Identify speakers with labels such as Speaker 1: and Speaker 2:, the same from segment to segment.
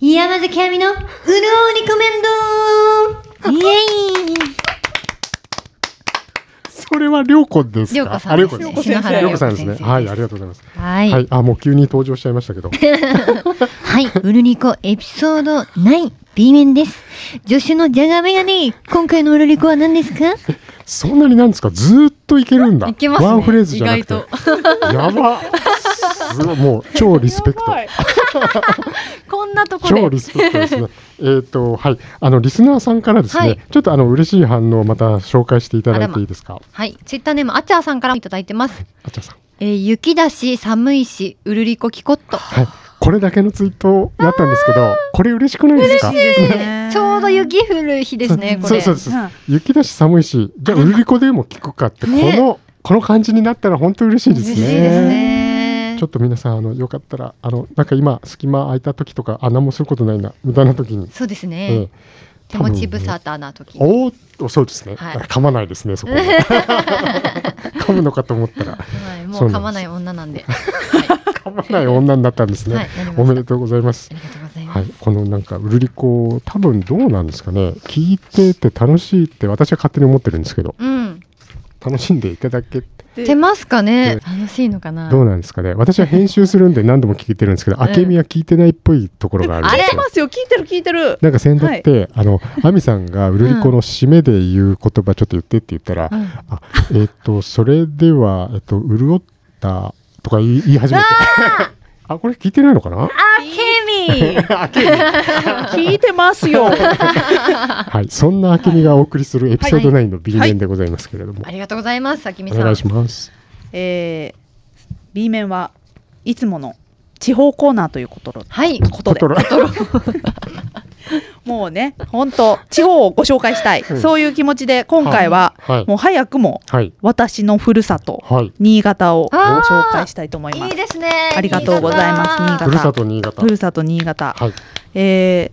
Speaker 1: 山崎亜美のうろうリコメンドイェイ
Speaker 2: それはりょうこですか。
Speaker 1: 涼子さんですね。
Speaker 2: あり
Speaker 3: 涼
Speaker 2: ょうこ
Speaker 3: 子先生
Speaker 2: りょうこさんですね。はい、ありがとうございます。
Speaker 1: は。
Speaker 2: はいい、あ、もう急に登場しちゃいました けど。
Speaker 1: はい、ウルリコエピソード9、B 面です。助手のジャガーメガネ、今回のウルリコは何ですか
Speaker 2: そんなになんですか、ずーっといけるんだ。
Speaker 3: いけますね
Speaker 2: ワンフレーズじゃなくて。
Speaker 3: 意外
Speaker 2: やば。すごい、もう超リスペクト。
Speaker 3: やばいこんなとこ
Speaker 2: 超
Speaker 3: で
Speaker 2: リスペクトですね。 えっと、はい、あのリスナーさんからですね、
Speaker 3: はい
Speaker 2: ちょっとあの嬉しい反応をまた紹介していただいていいですか。
Speaker 3: はいツイッターネームあちゃーさんからもいただいてます、
Speaker 2: あちゃさん。
Speaker 3: えー雪だし寒いしうるりこきこっと
Speaker 2: はい、これだけのツイートだったんですけど、これ嬉しくないですか。
Speaker 3: ねちょうど雪降る日ですねこ
Speaker 2: そう
Speaker 3: れ
Speaker 2: そうそうそう。雪だし寒いし、じゃあウルリコでも聞くかって、こ
Speaker 3: ね
Speaker 2: のこの感じになったら本当嬉しいですね。
Speaker 3: 嬉しいですね
Speaker 2: ちょっと皆さんあのよかったらあのなんか今隙間空いた時とかあ何もすることないな無駄な時に、
Speaker 3: そうです
Speaker 2: え
Speaker 3: ね、
Speaker 2: え
Speaker 3: 手持ちぶさたな時、
Speaker 2: おーっとそうですね、
Speaker 3: はい
Speaker 2: 噛まないです ねそこで噛むのかと思ったら
Speaker 3: はい、も
Speaker 2: そううな
Speaker 3: 噛ま
Speaker 2: んです
Speaker 3: ない女なんで
Speaker 2: 噛まない女になったんですね、
Speaker 3: はいなりました
Speaker 2: おめでとうございます
Speaker 3: ありがとうございます、
Speaker 2: はい、このなんかウルリコ多分どうなんですかね聞いてて楽しいって私は勝手に思ってるんですけど
Speaker 3: うん
Speaker 2: 楽しんでいただけ
Speaker 3: 出ますかね
Speaker 2: で
Speaker 3: 楽しいのかな
Speaker 2: どうなんですかね私は編集するんで何度も聞いてるんですけど、
Speaker 3: うん
Speaker 2: あけみは聞いてないっぽいところがあるん
Speaker 3: あ
Speaker 2: で
Speaker 3: れ
Speaker 2: すよ。
Speaker 4: ますよ聞いてる聞いて る
Speaker 2: なんか先だって、あの、亜美さんがウルリコの締めで言う言葉ちょっと言ってって言ったら、
Speaker 3: うん
Speaker 2: あ、えっ、と、それでは、えっ、と、潤ったとか言い言い始めて。 あ、これ聞いてないのかな
Speaker 3: あけみ
Speaker 4: 聞いてますよ
Speaker 2: はい。そんなあけみがお送りするエピソード9の B 面でございますけれども。
Speaker 3: ありがとうございますあけみ
Speaker 2: お
Speaker 3: さ
Speaker 2: 願
Speaker 3: ん
Speaker 2: いします。
Speaker 4: えー、B 面はいつもの地方コーナーということろ
Speaker 3: はい
Speaker 4: ことで
Speaker 2: トラ
Speaker 4: もうね本当地方をご紹介したい、
Speaker 2: うん
Speaker 4: そういう気持ちで今回は、
Speaker 2: はい
Speaker 4: もう早くも
Speaker 2: はい。
Speaker 4: 私のふるさと
Speaker 2: はい。
Speaker 4: 新潟をご
Speaker 3: あー
Speaker 4: 紹介したいと思いま
Speaker 3: い
Speaker 4: す
Speaker 3: いですね
Speaker 4: ありがとうございます新潟
Speaker 2: ふるさと新潟
Speaker 4: ふ。るさと新潟、
Speaker 2: はい。
Speaker 4: えー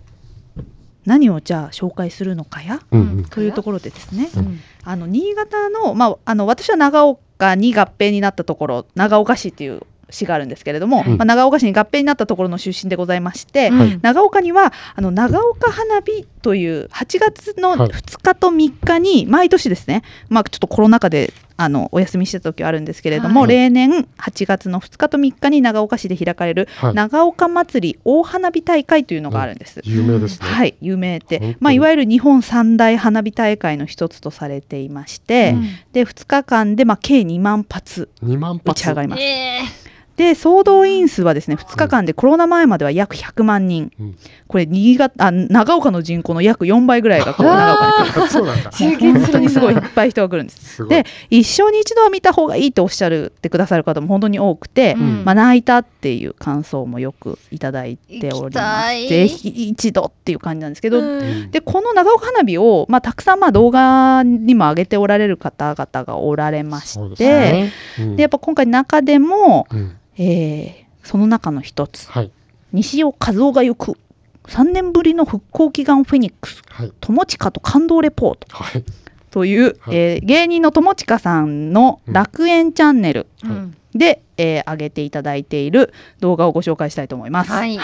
Speaker 4: 何をじゃあ紹介するのかや
Speaker 2: うんうん。
Speaker 4: というところでですね、
Speaker 2: う
Speaker 3: うん
Speaker 4: あの新潟の,、まあ、あの私は長岡に合併になったところ長岡市っていう市があるんですけれども、
Speaker 2: うん
Speaker 4: まあ、長岡市に合併になったところの出身でございまして、
Speaker 3: うん
Speaker 2: はい
Speaker 4: 長岡にはあの長岡花火という8月の
Speaker 2: はい
Speaker 4: 2日と3日に毎年ですね、まあ、ちょっとコロナ禍であのお休みしてた時はあるんですけれども、
Speaker 2: はい
Speaker 4: 例年8月の2日と3日に長岡市で開かれる
Speaker 2: はい。
Speaker 4: 長岡祭り大花火大会というのがあるんです。
Speaker 2: 有名ですね。
Speaker 4: は。い、有名
Speaker 2: 本
Speaker 4: で
Speaker 2: 当、
Speaker 4: まあ、いわゆる日本三大花火大会の一つとされていまして、
Speaker 2: うん
Speaker 4: で2日間でまあ計2万発
Speaker 2: 2万
Speaker 4: 打
Speaker 2: 発。
Speaker 4: ち上がります。
Speaker 3: えー
Speaker 4: で総動員数はですね2日間でコロナ前までは約100万人、
Speaker 2: うん
Speaker 4: これ新潟あ長岡の人口の約4倍ぐらいがこう長岡に
Speaker 3: あ
Speaker 2: あ そうなんだ。
Speaker 3: ー
Speaker 4: 本当にすごいいっぱい人が来るんです。
Speaker 2: すごい。
Speaker 4: で一生に一度は見た方がいいとおっしゃるってくださる方も本当に多くて、
Speaker 3: うん
Speaker 4: まあ、泣いたっていう感想もよくいただいて
Speaker 3: 行き
Speaker 4: おりま
Speaker 3: た
Speaker 4: す。
Speaker 3: い
Speaker 4: ぜひ一度っていう感じなんですけど、
Speaker 2: うん
Speaker 4: でこの長岡花火を、まあ、たくさんまあ動画にも上げておられる方々がおられまして
Speaker 2: そう
Speaker 4: で、
Speaker 2: ですねうん
Speaker 4: やっぱ今回中でも、
Speaker 2: うん
Speaker 4: えーその中の一つ
Speaker 2: はい。
Speaker 4: 西尾和夫が行く3年ぶりの復興祈願フェニックス
Speaker 2: はい。
Speaker 4: 友近と感動レポート
Speaker 2: はい。
Speaker 4: という、
Speaker 2: はい
Speaker 4: えー芸人の友近さんの楽園チャンネル
Speaker 3: うん
Speaker 4: で、えー上げていただいている動画をご紹介したいと思います。
Speaker 3: はい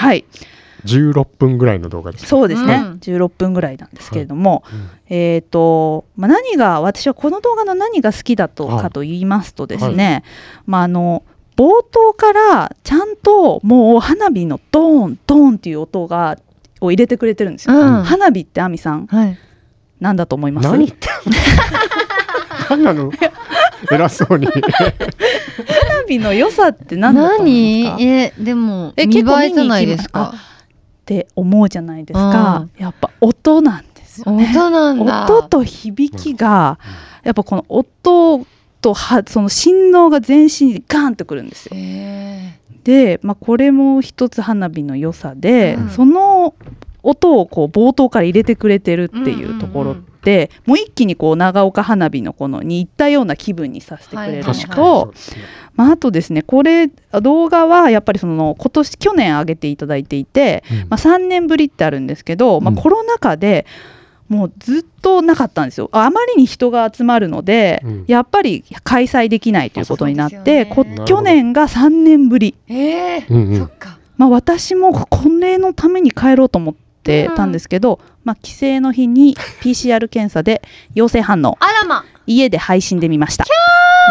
Speaker 2: 16分ぐらいの動画です。
Speaker 4: そうですね、
Speaker 3: うん
Speaker 4: 16分ぐらいなんですけれども、
Speaker 2: うん
Speaker 4: えーとまあ、何が私はこの動画の何が好きだと
Speaker 2: はい
Speaker 4: かと言いますとですね、まあ、あの冒頭からちゃんともう花火のドーンドーンっていう音がを入れてくれてるんですよ。
Speaker 3: うん
Speaker 4: 花火って亜美さん
Speaker 3: はい
Speaker 4: 何だと思います
Speaker 2: 何言ってんの何な の偉そうに
Speaker 4: 花火の良さって何だと思い
Speaker 3: 何
Speaker 4: ますかっ
Speaker 3: えでも
Speaker 4: え
Speaker 3: 見
Speaker 4: 結構
Speaker 3: 栄えじ
Speaker 4: 見に行き
Speaker 3: ゃないですか
Speaker 4: て思うじゃないですか、やっぱ音なんですよ、ね、
Speaker 3: 音なんだ
Speaker 4: 音と響きがやっぱこの音とはその振動が全身にガーンってくるんですよ
Speaker 3: え
Speaker 4: で、まあ、これも一つ花火の良さで、
Speaker 3: うん
Speaker 4: その音をこう冒頭から入れてくれてるっていうところって、もう一気にこう長岡花火のこのに行ったような気分にさせてくれるの
Speaker 3: 確かに
Speaker 4: と、まあ、あとですねこれ動画はやっぱりその今年去年上げていただいていて、まあ、3年ぶりってあるんですけど、まあ、
Speaker 2: うん
Speaker 4: コロナ禍でもうずっとなかったんですよああまりに人が集まるので、
Speaker 2: うん
Speaker 4: やっぱり開催できないということになっ
Speaker 3: あそうで
Speaker 4: て、
Speaker 3: すよね
Speaker 4: こ去年が3年ぶり。
Speaker 3: ーえ
Speaker 2: うんうん
Speaker 3: ーそっか
Speaker 4: まあ、私もこれのために帰ろうと思ってたんですけど、まあ、帰省の日に PCR 検査で陽性反応
Speaker 3: あらま
Speaker 4: 家で配信で見ました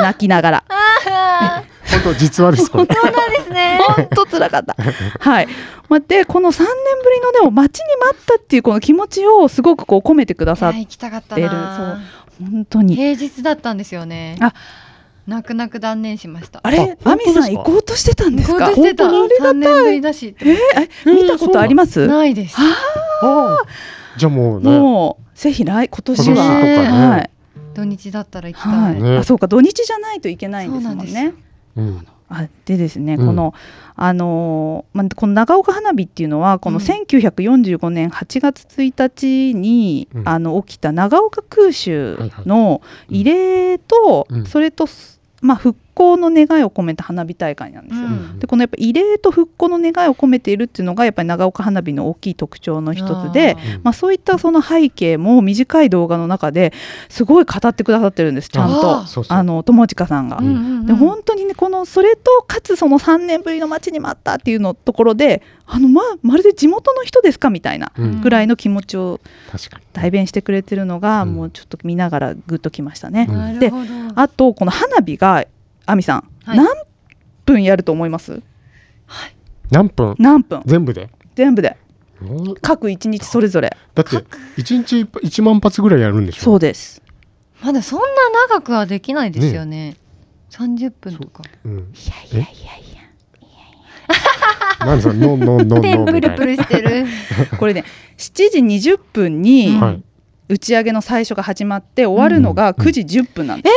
Speaker 4: 泣きながら
Speaker 3: あ
Speaker 2: 本当実話ですこれ。
Speaker 1: そうなんです ね。
Speaker 4: ほんとつらかった。はい。まあで、この3年ぶりのでも待ちに待ったっていうこの気持ちをすごくこう込めてくだ
Speaker 3: ーい
Speaker 4: さ
Speaker 3: や
Speaker 4: っ
Speaker 3: 行きたかった
Speaker 4: 出る
Speaker 3: な
Speaker 4: 本当に。
Speaker 3: 平日だったんですよね
Speaker 4: あ
Speaker 3: 泣く泣く断念しました
Speaker 4: あ
Speaker 2: あ
Speaker 4: れ、
Speaker 2: 本当
Speaker 4: ア
Speaker 2: で
Speaker 4: ミ
Speaker 2: すか
Speaker 4: さん行こうとしてたんです
Speaker 3: 行こう
Speaker 4: か
Speaker 3: としてた
Speaker 4: 本当に
Speaker 3: 3年ぶりだしって
Speaker 4: え見たことあります
Speaker 3: ないです
Speaker 2: ああじゃあもうね。
Speaker 4: もう、ぜひ来、今年
Speaker 2: 今年と
Speaker 4: は。
Speaker 2: かね。
Speaker 4: はい。
Speaker 3: 土日だったら行きた
Speaker 4: はいい。
Speaker 2: ね
Speaker 4: あ、そうか、土日じゃないといけないんですもん
Speaker 3: そうなん
Speaker 4: ね。
Speaker 2: うん。
Speaker 4: あでですね、
Speaker 2: うん
Speaker 4: この、あのーまあ、この長岡花火っていうのはこの
Speaker 3: うん
Speaker 4: 1945年8月1日に、
Speaker 2: うん
Speaker 4: あの起きた長岡空襲の慰霊と、
Speaker 2: うん
Speaker 4: それと、まあ、復興の願いを込めた花火大会なんですよ。
Speaker 3: うん
Speaker 4: でこのやっぱ慰霊と復興の願いを込めているっていうのがやっぱり長岡花火の大きい特徴の一つで、
Speaker 2: うん
Speaker 4: まあ、そういったその背景も短い動画の中ですごい語ってくださってるんですちゃんと
Speaker 3: あ
Speaker 2: そうそう
Speaker 4: あの友近さんが
Speaker 3: うん。うんうん
Speaker 4: で本当にねこのそれとかつその3年ぶりの待ちに待ったっていうのところであの、ま、まるで地元の人ですかみたいな
Speaker 2: うん
Speaker 4: ぐらいの気持ちを
Speaker 2: 確かに。
Speaker 4: 代弁してくれてるのが、
Speaker 2: うん
Speaker 4: もうちょっと見ながらグッときましたね、
Speaker 2: うん
Speaker 3: なるほど
Speaker 4: あとこの花火が亜美さん、
Speaker 3: はい
Speaker 4: 何分やると思います
Speaker 2: 何分
Speaker 4: 何分
Speaker 2: 全部で。
Speaker 4: 全部で
Speaker 2: うん
Speaker 4: 各1日それぞれ
Speaker 2: だって一日一万発ぐらいやるんでしょ。
Speaker 4: そうです
Speaker 3: まだそんな長くはできないですよね30分とか
Speaker 2: うん。
Speaker 4: いやいやいやいや
Speaker 2: なんそのノンノン
Speaker 3: 手
Speaker 2: ノンノン
Speaker 3: プ
Speaker 2: みた
Speaker 3: ル
Speaker 2: い
Speaker 3: プルしてる
Speaker 4: これね7時20分に
Speaker 2: な。はい。
Speaker 4: 打ち上げの最初が始まって終わるのが9時10分なんで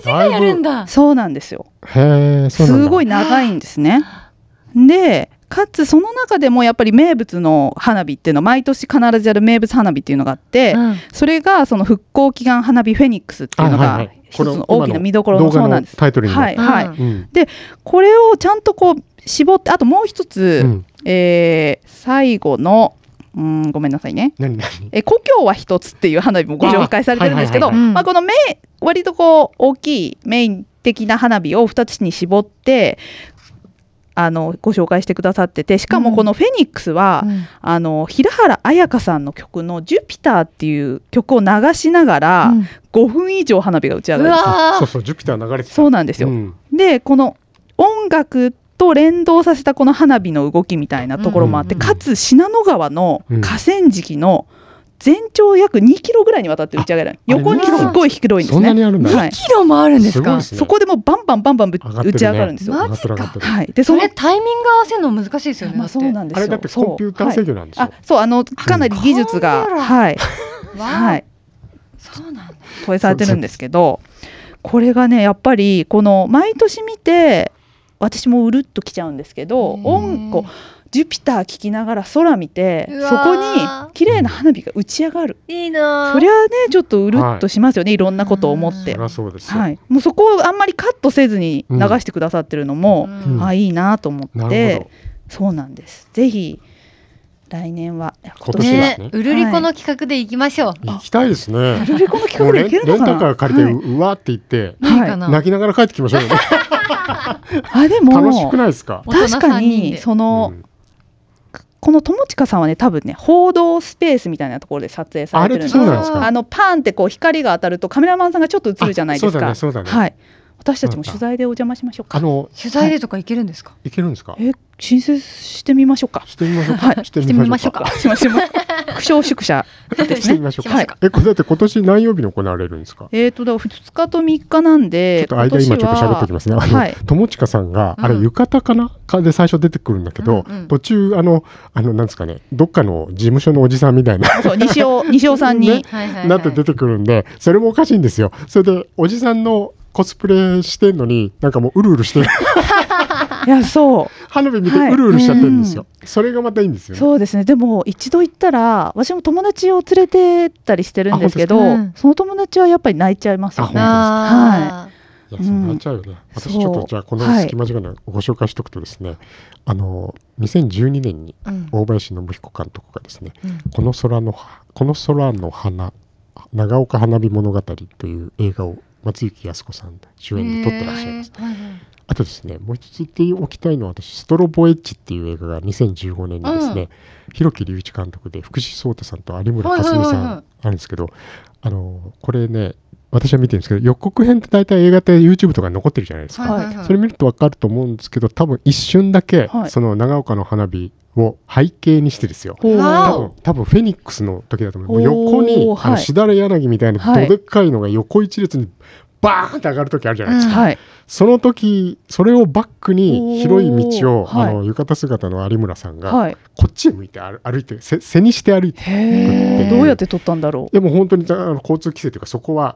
Speaker 4: す、
Speaker 2: だ
Speaker 3: やるん
Speaker 2: だ。
Speaker 3: だ
Speaker 4: そうなんですよ
Speaker 2: へえ。そうなんだ
Speaker 4: すごい。長いんですね。でかつその中でもやっぱり名物の花火っていうのは毎年必ずやる名物花火っていうのがあって、
Speaker 3: うん
Speaker 4: それがその復興祈願花火フェニックスっていうの
Speaker 2: あはい
Speaker 4: が
Speaker 2: はい
Speaker 4: 一つの大きな見どころ
Speaker 2: 動
Speaker 4: のそ
Speaker 2: 画
Speaker 4: うな
Speaker 2: の
Speaker 4: んです。
Speaker 2: タイトルにも。
Speaker 4: はいはい、
Speaker 3: うん
Speaker 2: うん。
Speaker 4: これをちゃんとこう絞ってあともう一つ、
Speaker 2: うん。
Speaker 4: えー最後のうーんごめんなさいね
Speaker 2: 何何。
Speaker 4: え故郷は一つっていう花火もご紹介されてるんですけ
Speaker 2: あ
Speaker 4: ど、
Speaker 2: はい
Speaker 3: はいはいはい
Speaker 4: まあ、このメイン割とこう大きいメイン的な花火を2つに絞ってあのご紹介してくださっててしかもこの「フェニックスは」
Speaker 3: うん
Speaker 4: あの平原綾香さんの曲の「ジュピター」っていう曲を流しながら
Speaker 3: うん
Speaker 4: 5分以上花火が打ち上
Speaker 3: う
Speaker 4: がるんです
Speaker 3: わ
Speaker 2: そうそうジュピター流れてた。
Speaker 4: そう
Speaker 2: う
Speaker 4: なんですよ。
Speaker 2: ん
Speaker 4: でこの音楽と連動させたこの花火の動きみたいなところもあって、
Speaker 3: うんうん
Speaker 4: かつ信濃川の
Speaker 2: うん
Speaker 4: 河川敷の全長約2キロぐらいにわたって打ち上げられる
Speaker 2: ああれ
Speaker 4: 横にすっごい広いんで
Speaker 2: そ
Speaker 4: す
Speaker 2: んな
Speaker 4: ね。
Speaker 2: にあるんだ。。
Speaker 4: はいい、
Speaker 3: キロもあるんです
Speaker 2: すごい
Speaker 3: か
Speaker 2: ですね。
Speaker 4: そこでもうバンバンバンバンぶ
Speaker 2: 上がってるね
Speaker 4: 打ち上がるんですよ。
Speaker 3: マ
Speaker 2: 上がっ
Speaker 3: ジ
Speaker 2: て
Speaker 3: か
Speaker 2: る上がってる
Speaker 4: はい、で
Speaker 3: そ
Speaker 4: の
Speaker 3: れタイミング合わせるの難しいですよね
Speaker 4: まあ、そう
Speaker 3: だっ
Speaker 4: なんです
Speaker 2: あ
Speaker 4: よ
Speaker 2: れだってコンピューター
Speaker 4: そう
Speaker 2: 制御なんです
Speaker 4: はい
Speaker 2: よ。
Speaker 4: あそうあのかなり技術が、
Speaker 3: 考えろ
Speaker 4: はい
Speaker 3: てわあ
Speaker 4: はい、
Speaker 3: そうなんだ
Speaker 4: 投影されてるんですけどこれがねやっぱりこの毎年見て私もうるっときちゃうんですけど音こうジュピター聴きながら空見て
Speaker 3: うわ
Speaker 4: そこに
Speaker 3: ー
Speaker 4: 綺麗な花火が打ち上がる
Speaker 3: いいな
Speaker 4: そりゃあねちょっとうるっとしますよね、い、ろんなことを思っ
Speaker 2: そ
Speaker 4: て
Speaker 2: り、ゃそうですよ。
Speaker 4: はい、もうそこをあんまりカットせずに流してくださってるのも、
Speaker 2: うん
Speaker 4: あいいなと思っ
Speaker 2: な
Speaker 4: て
Speaker 2: るほど。
Speaker 4: そうなんですぜひ来年は今
Speaker 2: 今年は
Speaker 4: 年
Speaker 3: ねうるりこの企画で行きましょう
Speaker 2: 行きたいですね。
Speaker 4: ルリコの
Speaker 2: も
Speaker 4: 企
Speaker 2: う
Speaker 4: 画で
Speaker 2: レ
Speaker 4: い
Speaker 2: ン
Speaker 4: ける
Speaker 2: レ
Speaker 4: の
Speaker 2: ン
Speaker 4: か
Speaker 2: タ
Speaker 4: な
Speaker 2: カー借りて、
Speaker 4: はいう
Speaker 2: わーって言って、
Speaker 4: は
Speaker 3: い
Speaker 4: い
Speaker 3: いかな
Speaker 2: 泣きながら帰ってきましょうよね。
Speaker 4: あ でも
Speaker 2: 楽しくないですか。
Speaker 3: 大人
Speaker 4: 確か
Speaker 3: 三人
Speaker 4: に
Speaker 3: で
Speaker 4: その、
Speaker 2: うん
Speaker 4: この友近さんはね多分ね報道スペースみたいなところで撮影さ
Speaker 2: あ
Speaker 4: れ
Speaker 2: れ
Speaker 4: て
Speaker 2: っ
Speaker 4: るん
Speaker 2: てそ
Speaker 4: です
Speaker 2: うなんです
Speaker 4: あ
Speaker 2: か。
Speaker 4: のパーンってこう光が当たるとカメラマンさんがちょっと映るじゃないですか。
Speaker 2: あそうだね、そうだね。
Speaker 4: はい。私たちも取材でお邪魔しましょう
Speaker 2: あ
Speaker 4: か。
Speaker 2: の、
Speaker 3: 取材でとか行けるんですか
Speaker 2: いけるんですか。
Speaker 4: え、申請してみましょうか。
Speaker 2: してみましょう
Speaker 4: は
Speaker 2: か。
Speaker 4: い
Speaker 2: して
Speaker 3: してみましょうか。
Speaker 4: しましょう。苦笑 宿舎で
Speaker 2: し
Speaker 4: す
Speaker 2: てみ
Speaker 4: ね。
Speaker 2: ましょう
Speaker 3: は
Speaker 2: か
Speaker 3: い。
Speaker 2: え、これだって今年何曜日に行われるんですか。
Speaker 4: えっとだから2日と3日なん
Speaker 2: ちょっ
Speaker 4: で、
Speaker 2: と間今ちょっと喋っておき
Speaker 4: ま
Speaker 2: ますね。あの
Speaker 4: はい。
Speaker 2: 友近さんが、
Speaker 3: うん
Speaker 2: あれ浴衣かなかで最初出てくるんだけど、
Speaker 3: うんうん
Speaker 2: 途中あのあのなんですかねどっかの事務所のおじさんみたいな、
Speaker 4: そう 西尾西尾さん
Speaker 2: ね
Speaker 4: に
Speaker 3: はいはい、はい、
Speaker 2: なって出てくるんでそれもおかしいんですよそれでおじさんのコスプレしてんのになんかもううるうるしてる
Speaker 4: いやそ
Speaker 2: 花火見て
Speaker 4: はいう
Speaker 2: るうるしちゃってるんですよ、それがまたいいんですよ
Speaker 4: う
Speaker 2: ね
Speaker 4: そうですね。でも一度行ったら、私も友達を連れてったりしてるんですけど
Speaker 3: あ本当です、か
Speaker 4: その友達はやっぱり泣いちゃいますよ
Speaker 2: あ
Speaker 4: ね。
Speaker 3: あ
Speaker 2: いやそうなっちゃうよね、私ちょっと
Speaker 4: そう
Speaker 2: じゃあこの隙間時間でご紹介しとくとですね、あの2012年に
Speaker 3: ー、うん
Speaker 2: 大林信彦監督がですね
Speaker 3: うん
Speaker 2: この空のはこの空の花長岡花火物語という映画を松雪靖子さん主演で撮ってらっしゃいます。
Speaker 3: はいはい
Speaker 2: あとですね、もう一つ言っておきたいのは、私、ストロボエッジっていう映画が2015年にですね、広木隆一監督で福士蒼太さんと有村架純
Speaker 3: はい
Speaker 2: さ
Speaker 3: はいはいは
Speaker 2: んあるんですけど、あの、これね、私は見てるんですけど、予告編って大体映画って YouTube とかに残ってるじゃないですか。
Speaker 3: はいはいはい
Speaker 2: それ見るとわかると思うんですけど、多分一瞬だけ、
Speaker 4: はい
Speaker 2: その長岡の花火を背景にしてですよ。
Speaker 4: ほう
Speaker 3: わ
Speaker 2: 多分多分フェニックスの時だと思う。もう
Speaker 4: お
Speaker 2: 横
Speaker 4: ー
Speaker 2: に、あの
Speaker 4: はい
Speaker 2: しだれ柳みたいな
Speaker 4: はい
Speaker 2: どでっかいのが横一列にバーンって上がる時あるじゃないですか。
Speaker 4: はい
Speaker 2: その時それをバックに広い道を、
Speaker 4: おーはい
Speaker 2: あの浴衣姿の有村さんが、
Speaker 4: はい
Speaker 2: こっちへ向いて歩歩いてせ背にして歩いて
Speaker 4: へ
Speaker 3: へー
Speaker 4: えどうやって撮ったんだろう
Speaker 2: でも本当にあの交通規制というかそこは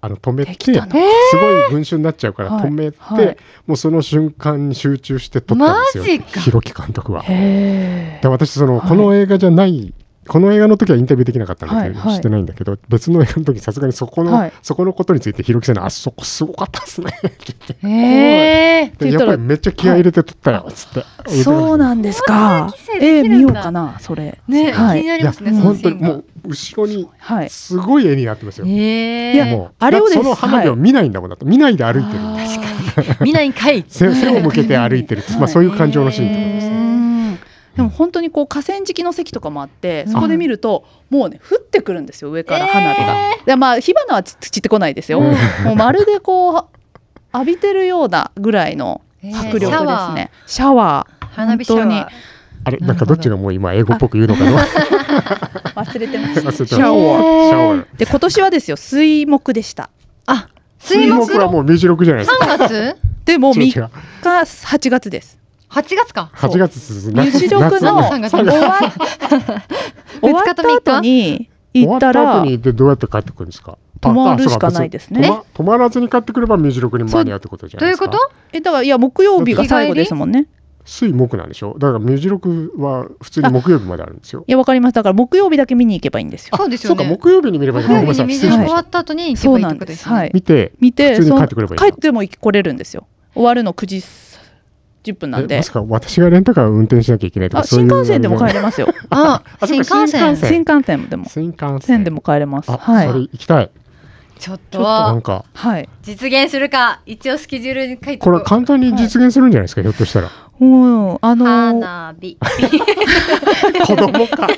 Speaker 2: あの止めて
Speaker 4: できたの
Speaker 2: すごい群衆になっちゃうから
Speaker 4: はい
Speaker 2: 止めて、
Speaker 4: はい
Speaker 2: もうその瞬間に集中して撮ったんですよ
Speaker 3: マジか
Speaker 2: 広木監督は。
Speaker 4: へ
Speaker 2: で私その、
Speaker 4: はい
Speaker 2: この映画じゃないこの映画の時はインタビューできなかったので、
Speaker 4: はいはい
Speaker 2: してないんだけど別の映画の時さすがにそこの、
Speaker 4: はい
Speaker 2: そこのことについて広木さんに「あそこすごかったですね」 って言って
Speaker 3: ええ
Speaker 4: って言
Speaker 2: や
Speaker 4: っ
Speaker 2: ったぱ
Speaker 4: ら
Speaker 2: りめっちゃ気合い入れて撮ったよっつって
Speaker 4: えそうなんです
Speaker 3: こん
Speaker 4: か
Speaker 3: な奇跡で
Speaker 4: え
Speaker 3: きるんだ
Speaker 4: 見ようかなそれ
Speaker 3: ね、
Speaker 4: はい
Speaker 3: 気にないり
Speaker 2: や
Speaker 3: ますね、その
Speaker 2: 本
Speaker 3: シ
Speaker 2: 当
Speaker 3: ー
Speaker 2: に
Speaker 3: ンが
Speaker 2: もう後ろに
Speaker 4: はい
Speaker 2: すごい絵になってますよ、
Speaker 3: え
Speaker 4: い
Speaker 3: え
Speaker 4: や
Speaker 2: もう
Speaker 4: あれをです
Speaker 2: だってその花火を
Speaker 4: は
Speaker 2: 見ないんだもんだって、見ないで歩いてるんだ
Speaker 4: 確かに
Speaker 3: 見ないんかい。
Speaker 2: 背背を向けて歩いてる、
Speaker 4: はい
Speaker 2: まあ、そういう感情のシーンとかです
Speaker 3: へ
Speaker 2: ね、
Speaker 4: うんでも本当にこう河川敷の席とかもあってそこで見るともうね降ってくるんですよ上から花火が。でまあ火花はち散ってこないですよ。
Speaker 2: うん
Speaker 4: もうまるでこう浴びてるようなぐらいの迫力
Speaker 3: シ
Speaker 4: で
Speaker 3: ャ
Speaker 4: す
Speaker 3: ワー
Speaker 4: ね。シャワ
Speaker 3: 花火シャワー。
Speaker 2: あれなんかどっちがもう今英語っぽく言うのかな
Speaker 4: ー忘れてました。
Speaker 2: 忘れてました
Speaker 4: ー。
Speaker 2: シャワー
Speaker 4: で今年はですよ水木でした。
Speaker 3: 水
Speaker 2: 水
Speaker 3: 木
Speaker 2: 木はもう目白くじゃないですか
Speaker 3: 3月
Speaker 4: でもう
Speaker 2: 違う違
Speaker 4: 3日
Speaker 2: う
Speaker 4: 8月です。
Speaker 3: ?8 月か。
Speaker 2: 8月続く
Speaker 4: 目白
Speaker 2: 夏
Speaker 4: 区の
Speaker 2: 夏
Speaker 4: 終
Speaker 3: 3月
Speaker 2: 終
Speaker 4: わ終わった後に行
Speaker 2: わ
Speaker 4: っ
Speaker 2: ったた後
Speaker 4: ら
Speaker 2: に行ってどうやって帰ってくるんですか
Speaker 4: 泊まるしかないですね
Speaker 2: あそう別に泊ま泊まらずに帰ってくれば目白くに間に合うってことじゃ
Speaker 3: ど
Speaker 2: な
Speaker 3: う
Speaker 2: い
Speaker 3: い
Speaker 2: で
Speaker 3: う
Speaker 2: すか
Speaker 3: こと
Speaker 4: えだからいや木曜日が最後ですもんね。
Speaker 2: 水木なんでしょだから目白くは普通に木曜日まであるんですよ
Speaker 4: いやわかりますだから木曜日だけ見に行けばいいんですよ。
Speaker 3: そうです
Speaker 2: そ
Speaker 3: よ
Speaker 2: うか、
Speaker 3: ね。
Speaker 2: 木曜日に見ればいいのか。
Speaker 3: 木
Speaker 2: ごめん
Speaker 3: 曜
Speaker 2: な
Speaker 3: 日
Speaker 2: さ
Speaker 3: に水
Speaker 2: い。失礼
Speaker 3: が
Speaker 2: し
Speaker 3: 終
Speaker 2: まし
Speaker 3: わ
Speaker 2: た。
Speaker 3: った後に行け
Speaker 4: そ
Speaker 3: ば
Speaker 4: う
Speaker 3: いいっ
Speaker 4: な
Speaker 3: てこ
Speaker 4: ん
Speaker 3: と
Speaker 4: で。
Speaker 3: ですすよ
Speaker 4: は
Speaker 3: ね。
Speaker 4: い。
Speaker 2: 見て、
Speaker 4: 見て
Speaker 2: 普通に
Speaker 4: その
Speaker 2: 帰ってくればいい
Speaker 4: 帰
Speaker 2: の
Speaker 4: っても来れるんですよ。終わるの9時10分なん
Speaker 2: え
Speaker 4: で
Speaker 2: ま。さか私がレンタカーを運転しなきゃいけないと
Speaker 4: あ
Speaker 2: か、そうい
Speaker 4: 新
Speaker 2: う
Speaker 4: 幹線でも
Speaker 2: あ
Speaker 4: 帰
Speaker 2: れじ
Speaker 4: れますよ。
Speaker 3: あ、
Speaker 2: あ
Speaker 3: 新幹
Speaker 2: 新幹
Speaker 3: 線
Speaker 2: 線。
Speaker 4: 新幹線で
Speaker 2: ゃない
Speaker 4: も
Speaker 2: 新幹
Speaker 4: 線
Speaker 2: 線
Speaker 4: で。も帰れます。
Speaker 2: あ、
Speaker 4: は
Speaker 2: それ
Speaker 4: い。
Speaker 2: 行きたい。
Speaker 3: ちょっ
Speaker 4: ちょっと
Speaker 2: な
Speaker 3: と
Speaker 2: ん、か、
Speaker 4: はい。
Speaker 3: 実現するか。一応スケジュールに書いて
Speaker 2: これは簡単に実現するんじゃないですか、ひょっと したら。
Speaker 4: うんあのー
Speaker 3: 花火。
Speaker 2: 子供か。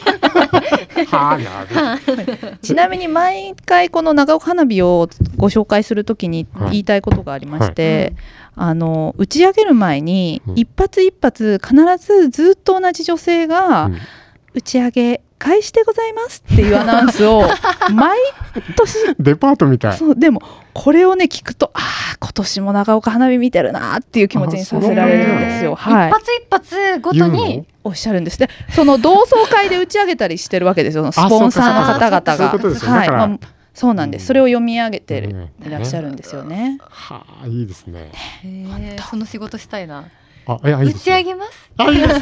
Speaker 2: はな
Speaker 4: ちなみに毎回この長岡花火をご紹介するときに
Speaker 2: はい
Speaker 4: 言いたいことがありまして、
Speaker 3: う
Speaker 4: あの打ち上げる前に
Speaker 2: うん
Speaker 4: 一発一発必ずずっと同じ女性が、
Speaker 2: うん
Speaker 4: 打ち上げ開始でございますっていうアナウン スを毎年
Speaker 2: デパートみたい。
Speaker 4: そうでもこれをね聞くとああ今年も長岡花火見てるなーっていう気持ちにさせられるんですよ。
Speaker 3: ん
Speaker 4: はい
Speaker 3: 一発一発ごとに。
Speaker 4: おっしゃるんですね。その同窓会で打ち上げたりしてるわけですよ。そのスポンサーの方々
Speaker 2: あそうかそうかそういうこと
Speaker 4: が。
Speaker 2: ですよだから
Speaker 4: まあそうなんで
Speaker 2: うん
Speaker 4: す。それを読み上げて
Speaker 2: うん
Speaker 4: るいらっしゃるんですよね。
Speaker 2: はあ、いいです
Speaker 3: へ
Speaker 2: ね。
Speaker 3: えその仕事したいな。
Speaker 2: あ、いや、いい
Speaker 3: 打
Speaker 2: です
Speaker 3: ち上
Speaker 2: ね。
Speaker 3: げます。
Speaker 2: あ、いいです。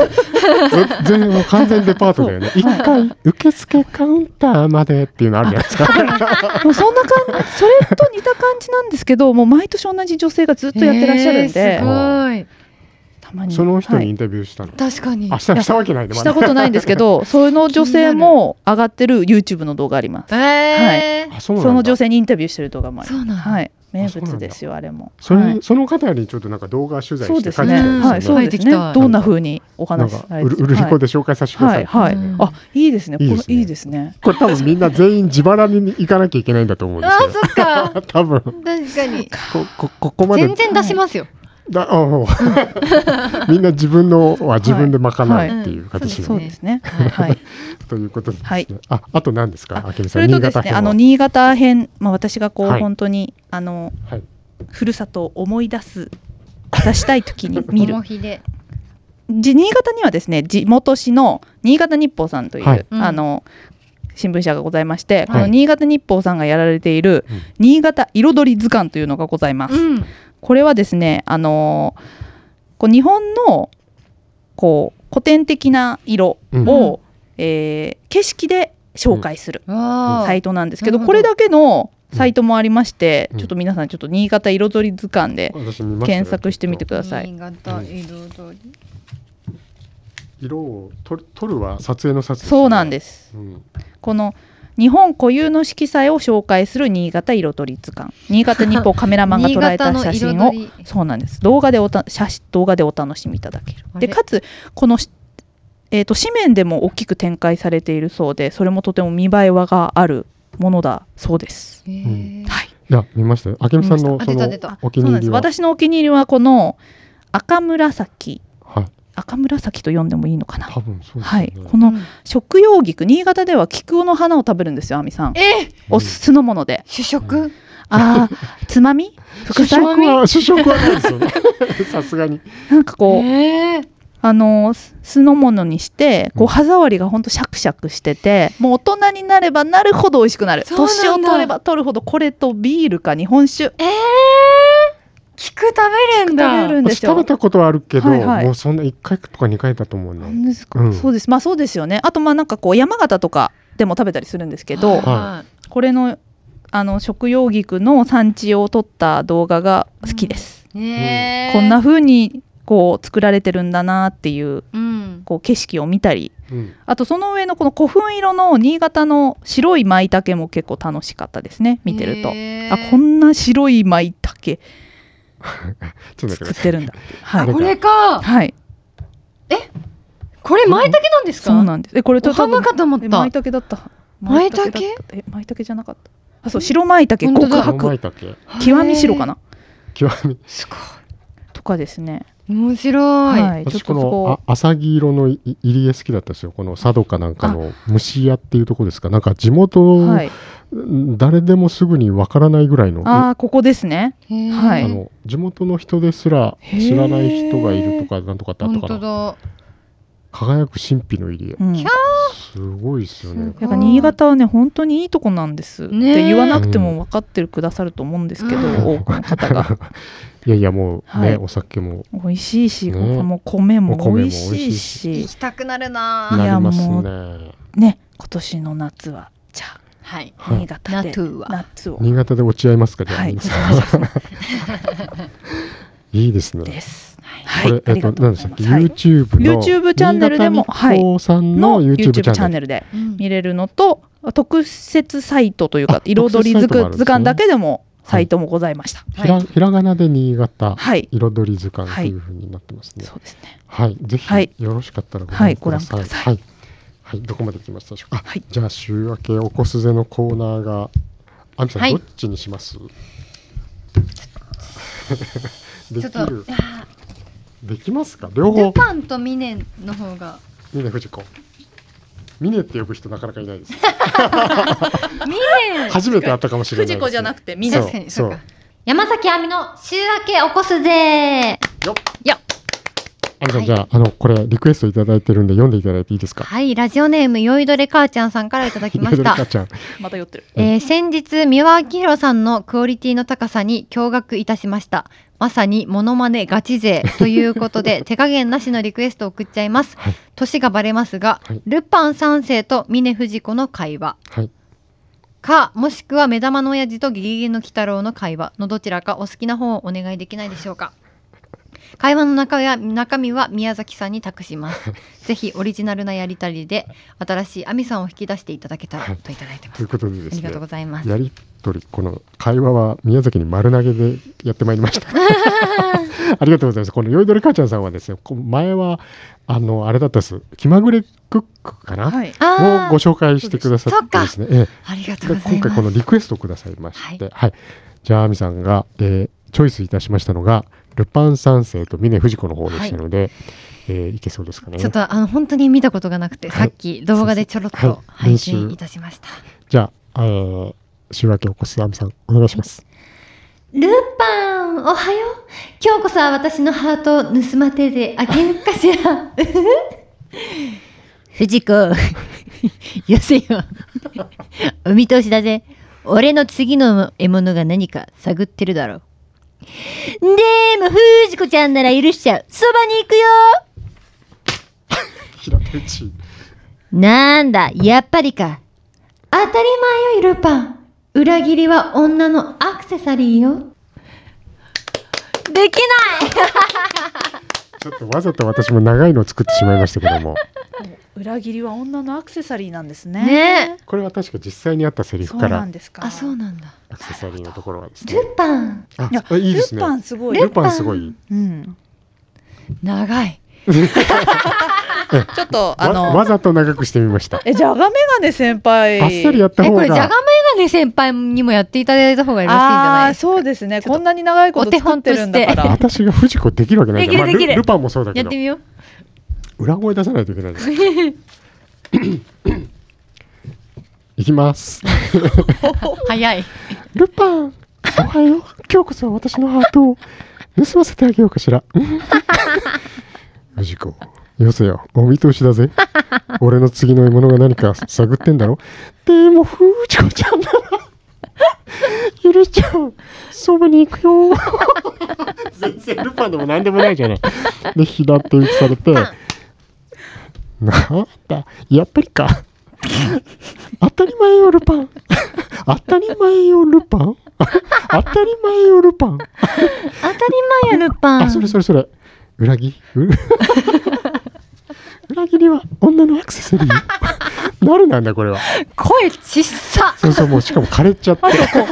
Speaker 2: 全然もう完全デパートだよね。一回、受付カウンターまでっていうのあるじゃないですか。
Speaker 4: もうそんな感じ、それと似た感じなんですけど、もう毎年同じ女性がずっとやってらっしゃるん
Speaker 3: へえ
Speaker 4: で、
Speaker 3: す
Speaker 4: たまに。
Speaker 2: その人
Speaker 4: は
Speaker 2: に
Speaker 4: い
Speaker 2: インタビューしたの。
Speaker 3: ごい。確かに
Speaker 2: あ、。したしたわけないね。
Speaker 4: したことないんです けど、その女性も上がってる YouTube の動画あります。
Speaker 3: ええ。
Speaker 2: あそうなんだ
Speaker 4: その女性にインタビューしてる動画もあり
Speaker 3: そ
Speaker 4: ます。
Speaker 3: うなんだ。
Speaker 4: はい、名
Speaker 2: そうなんだ
Speaker 4: 物ですよ、あれも。
Speaker 2: それ、
Speaker 4: はい
Speaker 2: その方にちょっとなんか動画取材
Speaker 4: そう
Speaker 2: し
Speaker 4: で
Speaker 2: て
Speaker 4: す
Speaker 2: 書いてき
Speaker 4: ね。
Speaker 2: たんですよね。
Speaker 4: はい、そう
Speaker 3: 書
Speaker 4: で
Speaker 3: いて
Speaker 4: す
Speaker 3: きた
Speaker 4: ね。
Speaker 3: い
Speaker 4: どんな風にお
Speaker 2: なん
Speaker 4: 話し
Speaker 2: か
Speaker 4: され
Speaker 2: う
Speaker 4: て
Speaker 2: るうるりこで紹介させてくださ。
Speaker 4: はいい、はい、
Speaker 3: うん
Speaker 4: あ、いいですね。こ
Speaker 2: いいで
Speaker 4: の
Speaker 2: すね
Speaker 4: いいですね。
Speaker 2: これ多分みんな全員自腹に行かなきゃいけないんだと思うんです
Speaker 3: あ
Speaker 2: け
Speaker 3: ー、そっか。
Speaker 2: ど。多分こ
Speaker 3: 確かに。
Speaker 2: こここ まで
Speaker 3: 全然出しますよ。
Speaker 2: だあもう みんな自分のは自分で賄うっていう形
Speaker 3: はい
Speaker 2: に、
Speaker 4: そうです ね。はい、
Speaker 2: ということですね。
Speaker 4: はい
Speaker 2: ああと何ですか、あけみ
Speaker 4: そ
Speaker 2: さん
Speaker 4: れと
Speaker 2: 新
Speaker 4: です
Speaker 2: 潟
Speaker 4: ね、
Speaker 2: 編は
Speaker 4: あの新潟編、まあ私がこう、
Speaker 2: はい
Speaker 4: 本当にあの、
Speaker 2: はい
Speaker 4: ふるさとを思い出す。出したい時に 見る
Speaker 3: 重。ひで。
Speaker 4: じ新潟にはですね、地元紙の新潟日報さんという、
Speaker 2: はい
Speaker 3: うん
Speaker 4: あの。新聞社がございまして、
Speaker 3: い
Speaker 4: この新潟日報さんがやられている、
Speaker 2: うん
Speaker 4: 新潟彩り図鑑というのがございます。
Speaker 3: うん。
Speaker 4: これはですね、あのーこう日本のこう古典的な色を、えー景色で紹介する
Speaker 3: わ
Speaker 4: サ
Speaker 3: あ。
Speaker 4: イトなんですけど、
Speaker 3: なるほ
Speaker 4: こ
Speaker 3: ど
Speaker 4: れだけのサイトもありまして、
Speaker 2: うん
Speaker 4: ちょっと皆さんちょっと新潟彩り図鑑で
Speaker 2: 私見ましたよ
Speaker 4: 検索してみてください。
Speaker 3: 新潟彩り。
Speaker 2: 色を取る取るは撮影の撮影
Speaker 4: そうなん
Speaker 2: で
Speaker 4: です。
Speaker 2: すね、うん
Speaker 4: この日本固有の色彩を紹介する新潟色とり図鑑新潟日報カメラマン が
Speaker 3: 新
Speaker 4: 捉え
Speaker 3: 潟
Speaker 4: た
Speaker 3: の
Speaker 4: 写真を
Speaker 3: 彩り
Speaker 4: そうなんです動画でおた写真動画でお楽しみいただける
Speaker 3: あれ
Speaker 4: でかつこのし、えー、と紙面でも大きく展開されているそうでそれもとても見栄えはがあるものだそうです、
Speaker 3: へー
Speaker 2: うん
Speaker 4: はい
Speaker 2: いや見ましたよ。あけみさんの
Speaker 3: あ
Speaker 2: そ
Speaker 3: 出た
Speaker 2: の
Speaker 3: 出た
Speaker 2: お気
Speaker 4: そう
Speaker 2: に入
Speaker 4: なんで
Speaker 2: り
Speaker 4: す
Speaker 2: は、
Speaker 4: 私のお気に入りはこの赤紫
Speaker 2: はい、
Speaker 4: 赤紫と読んでもいいのかな
Speaker 2: 多分そうですよね。
Speaker 4: はい、この食用菊新潟では菊の花を食べるんですよ亜美さん
Speaker 3: えー
Speaker 2: うん
Speaker 4: お酢の物で
Speaker 3: 主食
Speaker 4: あ ーつまみ
Speaker 2: 主
Speaker 4: 副
Speaker 2: 食
Speaker 4: 菜
Speaker 2: は主食はないですよね。 さすがに。
Speaker 4: なんかこう、
Speaker 3: えー
Speaker 4: あのす酢の物にしてこ
Speaker 2: う
Speaker 4: うん歯触りがほんとシャクシャクしててもう大人になればなるほど美味しくなる
Speaker 3: そうなんだ
Speaker 4: 年を取れば取るほどこれとビールか日本酒
Speaker 3: えー菊食べるん
Speaker 4: 食
Speaker 3: だ
Speaker 4: べるんで
Speaker 2: 私
Speaker 4: すよ
Speaker 2: 食べたことはあるけど、
Speaker 4: はいはい
Speaker 2: もうそんな一回とか二回だと思う
Speaker 4: なん
Speaker 2: ね。
Speaker 4: ですか
Speaker 2: うん
Speaker 4: そうですまあそうですよねあとまあなんかこう山形とかでも食べたりするんですけど、
Speaker 2: は
Speaker 4: これのあの食用菊の産地を撮った動画が好きです、
Speaker 3: いねえ
Speaker 4: こんな風にこう作られてるんだなっていう
Speaker 3: うん
Speaker 4: こう景色を見たり
Speaker 2: うん、
Speaker 4: あとその上のこの古墳色の新潟の白い舞茸も結構楽しかったですね見てると、
Speaker 3: へー
Speaker 4: あこんな白い舞茸
Speaker 2: ちょっと
Speaker 4: 作
Speaker 2: 待
Speaker 4: ってるんだは
Speaker 3: あ
Speaker 4: い
Speaker 3: これか
Speaker 4: はい
Speaker 3: これ舞茸なんですか
Speaker 4: そうなんですえこれ
Speaker 3: お
Speaker 4: と多
Speaker 3: 花
Speaker 4: 分
Speaker 3: かと思っ
Speaker 4: え
Speaker 3: た
Speaker 4: 舞茸だった
Speaker 3: 舞茸
Speaker 4: だったえ舞茸じゃなかったあそう白舞茸
Speaker 3: 本当
Speaker 4: 告
Speaker 3: だ
Speaker 2: って。甘
Speaker 4: 白
Speaker 2: いだけ。
Speaker 4: 極み白かな
Speaker 2: 極み。
Speaker 3: すごい
Speaker 4: とかですね
Speaker 3: 面白い
Speaker 4: はいちょっ
Speaker 2: 私こ
Speaker 4: とそこ
Speaker 2: のあ浅木色のい入り江好きだったんですよ。この佐渡かなんかの虫屋っていうところですか。なんか地元、
Speaker 4: はい
Speaker 2: 誰でもすぐにわからないぐらいの。
Speaker 4: ああここですね
Speaker 3: へー
Speaker 4: はい
Speaker 2: あの地元の人ですら
Speaker 4: へー
Speaker 2: 知らない人がいるとかなんとかってあった
Speaker 3: 本当
Speaker 2: から
Speaker 3: だ
Speaker 2: 輝く神秘の入り江
Speaker 4: うん
Speaker 3: キャー
Speaker 2: すごいですよね
Speaker 3: す
Speaker 4: やっぱ新潟はね本当にいいとこなんですって
Speaker 3: ねえ
Speaker 4: 言わなくても分かってくださると思うんですけ
Speaker 3: う
Speaker 4: ど、
Speaker 3: ん
Speaker 4: 多くの方が
Speaker 2: いやいやもうね、
Speaker 4: はい
Speaker 2: お酒も
Speaker 4: 美味しいし、
Speaker 2: ねえ
Speaker 4: もう米も美味しい
Speaker 3: 行
Speaker 4: し
Speaker 3: きたくなるなぁ
Speaker 4: い
Speaker 2: な
Speaker 4: や
Speaker 2: ります
Speaker 4: もう
Speaker 2: ね
Speaker 4: ね今年の夏はじゃあ
Speaker 3: はい
Speaker 2: はい
Speaker 4: 新潟
Speaker 3: ナ
Speaker 4: で、
Speaker 3: トゥーは
Speaker 4: 夏を
Speaker 2: 新潟で落ち合いますかじゃあ、
Speaker 4: はいい
Speaker 2: いですか、いいですね
Speaker 4: です
Speaker 2: こ
Speaker 4: は
Speaker 2: れ、
Speaker 4: いありがとう
Speaker 2: 何
Speaker 4: ご
Speaker 2: でし
Speaker 4: ざ
Speaker 2: た
Speaker 4: い
Speaker 2: っ
Speaker 4: ま
Speaker 2: け
Speaker 4: す、はい
Speaker 2: YouTube の
Speaker 4: YouTube チャンネルでも
Speaker 2: 新潟日報さんの
Speaker 4: の
Speaker 2: YouTube チ
Speaker 4: YouTube チ
Speaker 2: ャ
Speaker 4: ャ
Speaker 2: ンネ
Speaker 4: ンネ
Speaker 2: ル
Speaker 4: ルで
Speaker 3: うん
Speaker 4: 見れるのと特設サイトという
Speaker 2: あ
Speaker 4: か彩り
Speaker 2: 特設サイ
Speaker 4: 図
Speaker 2: トがあるんですね
Speaker 4: 図鑑だけでもサイトもございました
Speaker 2: ひらひらがなで新潟
Speaker 4: はい、
Speaker 2: 彩り図鑑と
Speaker 4: はい
Speaker 2: いうふうになってますね
Speaker 4: そうですね
Speaker 2: はい、ぜひ
Speaker 4: はい
Speaker 2: よろしかったらご
Speaker 4: は
Speaker 2: 覧
Speaker 4: い
Speaker 2: ください。
Speaker 4: ご覧ください
Speaker 2: はい、はいどこまで来ましたでしょうか。あ
Speaker 4: はい
Speaker 2: じゃあ週明けおこすぜのコーナーが、あみさん、
Speaker 3: はい
Speaker 2: どっちにします？で
Speaker 3: ちょっ
Speaker 2: き
Speaker 3: とあ
Speaker 2: る
Speaker 3: ー
Speaker 2: できますか？両
Speaker 3: ル
Speaker 2: 方。
Speaker 3: パンとミネンの方が
Speaker 2: ミネ藤子。ミネって呼ぶ人なかなかいないです。
Speaker 3: ミネン
Speaker 2: 初めて会ったかもしれないです、ね。
Speaker 4: て
Speaker 3: み
Speaker 4: み
Speaker 3: ん
Speaker 4: ん
Speaker 3: な
Speaker 4: な
Speaker 3: 確かに
Speaker 2: そ
Speaker 3: そううか山崎亜美の週明け起こすぜ
Speaker 2: よっ
Speaker 3: よっ
Speaker 2: あみさん、じゃああのこれリクエストいただいてるんで読んでいただいていいですか？
Speaker 1: はい、ラジオネームよいどれ母ちゃんさんからいただきまし
Speaker 2: 緑
Speaker 1: た。
Speaker 2: かちゃん。
Speaker 4: また寄ってる
Speaker 1: えー先日、三輪明宏さんのクオリティの高さに驚愕いたしました。まさにモノマネガ チ勢ということで、手加減なしのリクエストを送っちゃいます
Speaker 2: はい。
Speaker 1: 年がバレますが、
Speaker 2: はい
Speaker 1: ルパン三世と峰不二子の会話。
Speaker 2: はい。
Speaker 1: か、もしくは目玉の親父とギリギリの鬼太郎の会話のどちらかお好きな方をお願いできないでしょうか。会話の中や中身は宮崎さんに託します。 ぜひオリジナルなやりたりで新しい亜美さんを引き出していただけたらといただいてま
Speaker 2: とい
Speaker 1: す
Speaker 2: う。ことでで
Speaker 1: あ
Speaker 2: す
Speaker 1: りが
Speaker 2: ね
Speaker 1: とう。ございます。
Speaker 2: やりとり、この会話は宮崎に丸投げでやってまいりました。ありがとうございます。この酔いどれ母ちゃんさんはですね、こう前は、あの、あれだったです。気まぐれクックかな、
Speaker 4: はい
Speaker 2: をご紹介してくださってですね。え
Speaker 1: ありが
Speaker 2: え
Speaker 1: とうご
Speaker 2: で
Speaker 1: ざい
Speaker 2: 今
Speaker 1: ま
Speaker 2: 回
Speaker 1: す。
Speaker 2: このリクエストをくださいまして、はい。じゃあ、亜美さんが、えーチョイスいたしましたのが、ルパン三世と峰不二子の方でしたので、えーいけそうですかね。
Speaker 1: ちょっとあの本当に見たことがなくて、
Speaker 2: はい
Speaker 1: さっき動画でちょろっ
Speaker 2: はい
Speaker 1: と拝見いたしました。
Speaker 2: じゃあ、えー週明けおこす亜美さん、お願いします。
Speaker 1: ルパン、おはよう。今日こそは私のハートを盗まれてあげるかしら。 藤子、 よせよ。お見通しだぜ。俺の次の獲物が何か探ってるだろう。でも、藤子ちゃんなら許しちゃう。そばに行くよ。
Speaker 2: 平手打ち。
Speaker 1: なんだ、やっぱりか。当たり前よ、ルパン。裏切りは女のアクセサリーよ。できない
Speaker 2: ちょっとわざと私も長いのを作ってしまいましたけども。
Speaker 4: 裏切りは女のアクセサリーなんですね。
Speaker 1: ね
Speaker 2: これは確か実際にあったセリ
Speaker 4: そ
Speaker 2: フ
Speaker 4: う
Speaker 2: か
Speaker 4: な
Speaker 2: ら
Speaker 4: んですか。
Speaker 1: あそうなんだ
Speaker 2: アクセサリーのところはですね
Speaker 1: ルパン
Speaker 2: あ
Speaker 4: いや
Speaker 2: あいいですね
Speaker 4: ルパンすごい。
Speaker 2: ルパンすごい
Speaker 4: うん。
Speaker 1: 長い
Speaker 4: ちょっとあ
Speaker 2: わ
Speaker 4: の、
Speaker 2: わざと長くしてみました
Speaker 4: えじゃがメガネ先輩。
Speaker 2: あっさりやった
Speaker 1: え
Speaker 2: 方
Speaker 1: これじゃがメ
Speaker 2: が
Speaker 1: ガネ先輩にもやっていただいた方がよろしいんじゃ
Speaker 4: あ
Speaker 1: な
Speaker 4: あ
Speaker 1: い
Speaker 4: ー
Speaker 1: ですか
Speaker 4: そうですね。
Speaker 1: ちょっと
Speaker 4: こんなに長いこと作ってるんだから。
Speaker 2: 私が藤子できるわけないじゃん、まあ、
Speaker 1: できるできる
Speaker 2: ルルパンもそうだけ
Speaker 1: やっ
Speaker 2: ど
Speaker 1: てみよう
Speaker 2: 裏声出さないといけないです いきます
Speaker 1: 早い
Speaker 2: ルパン、おはよう。今日こそ私のハートを盗ませてあげようかし ら。藤子、よせよ。お見通しだぜ。俺の次の獲物が何か探ってんだろ。でも、藤子ちゃんなら、許しちゃう。そばに行くよ。全然ルパンでも何でもないじゃ ない。で、平手打ちされ て、なんだ、やっぱりか。当たり前よ、ルパン。当たり前よ、ルパン。当たり前よ、ルパン。
Speaker 1: 当たり前やルパ
Speaker 2: あ、それそれそれ。裏切う裏切りは女のアクセサリー。誰なんだ、これは。
Speaker 1: 声ちっさ
Speaker 2: そうそう、もうしかも枯れちゃって
Speaker 4: あ。とこう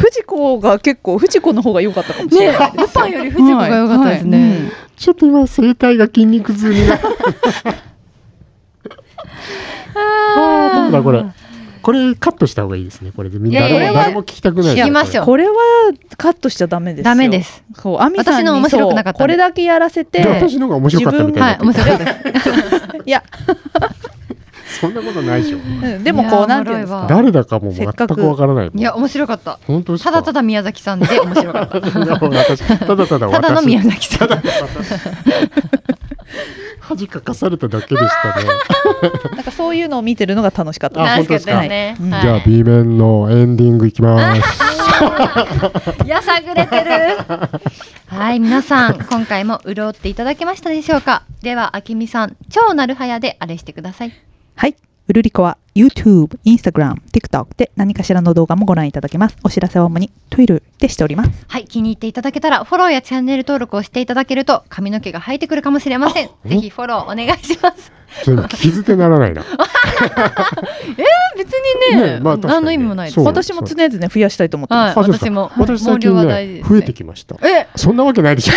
Speaker 4: 藤子が結構藤子の方が良かったかもしれな
Speaker 1: ね
Speaker 4: い。
Speaker 1: ルパンより藤子が良かったですね
Speaker 4: はいはいうん
Speaker 2: ちょっと今、声帯が筋肉痛になって。あー、どうだ、これ。これカットした方がいいですね。これでみんな誰も
Speaker 1: いやいや
Speaker 2: 誰も聞きたくない
Speaker 1: 聞きましょう
Speaker 4: これはカットしちゃダメですよ。
Speaker 1: ダメで。す
Speaker 4: こう、アミさん
Speaker 1: 私の面
Speaker 4: に
Speaker 1: 白
Speaker 4: そ
Speaker 1: くなかっ
Speaker 4: う
Speaker 1: た
Speaker 4: これだけやらせ
Speaker 2: で
Speaker 4: て、
Speaker 2: 私の方が面白かったみた
Speaker 1: は
Speaker 2: いになっ
Speaker 1: い
Speaker 2: てる
Speaker 1: 面白いです
Speaker 4: いや、
Speaker 2: そんなことないでしょ。
Speaker 4: うんでもこうなんていうんです
Speaker 1: いやーおもろいわ
Speaker 4: か。
Speaker 2: 誰だかも全くわからない。
Speaker 1: いや面白かった
Speaker 2: 本当です
Speaker 1: た
Speaker 2: か
Speaker 1: だただ宮崎さんで 面白かった
Speaker 2: いや私ただ
Speaker 1: た
Speaker 2: ただ
Speaker 1: だの
Speaker 2: 私
Speaker 1: 宮崎さん
Speaker 2: 恥かかされただけでしたね。
Speaker 4: なんかそういうのを見てるのが楽しかっ
Speaker 2: あ
Speaker 4: た
Speaker 2: 本
Speaker 4: で
Speaker 1: 楽
Speaker 2: 当
Speaker 1: しかったで
Speaker 2: ですか
Speaker 1: すね
Speaker 4: うん
Speaker 1: はい
Speaker 2: じゃあ B 面のエンディングいきます。
Speaker 1: いやさぐれてるはい皆さん今回も潤っていただけましたでしょうかではあきみさん超なるはやであれしてください
Speaker 4: はい。ウルリコは YouTube、Instagram、TikTok で何かしらの動画もご覧いただけます。お知らせは主に Twitter でしております。
Speaker 1: はい気に入っていただけたらフォローやチャンネル登録をしていただけると髪の毛が生えてくるかもしれません
Speaker 2: あ
Speaker 1: ぜひフォローお願いします
Speaker 2: それ傷でならないな。
Speaker 1: 別にね
Speaker 2: えまあ確か
Speaker 1: 何
Speaker 2: にね
Speaker 1: の意味もないです
Speaker 2: そう
Speaker 4: 私も常々増やしたいと思って
Speaker 1: は
Speaker 4: ま
Speaker 1: い
Speaker 4: す。
Speaker 2: あそうで
Speaker 1: 私
Speaker 2: すか
Speaker 1: も
Speaker 2: 私最近
Speaker 1: 毛量は大事
Speaker 2: ね
Speaker 1: ですね
Speaker 2: 増えてきました。
Speaker 1: え
Speaker 2: そんなわけない でしょ。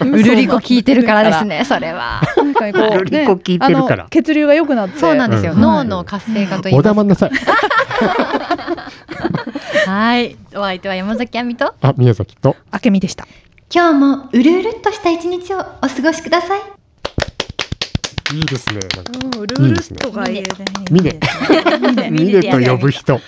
Speaker 1: うるりこ聞いてるから ですねそれ は
Speaker 4: なんかこう
Speaker 2: ウルリコ聞いてるから
Speaker 4: あの血流が良くなって。
Speaker 1: そうなんですよ、
Speaker 2: うん
Speaker 1: 脳の活性化といい
Speaker 2: お
Speaker 1: ます
Speaker 2: 黙んなさい。
Speaker 1: はいお相手は山崎亜美と
Speaker 2: あ宮崎と。
Speaker 4: あけみでした。
Speaker 1: 今日もうるうるっとした一日をお過ごしください
Speaker 2: いいですね。なんか
Speaker 4: う
Speaker 2: るいいですね
Speaker 4: と
Speaker 1: が言え
Speaker 4: ね
Speaker 2: ミネミネと呼ぶ人。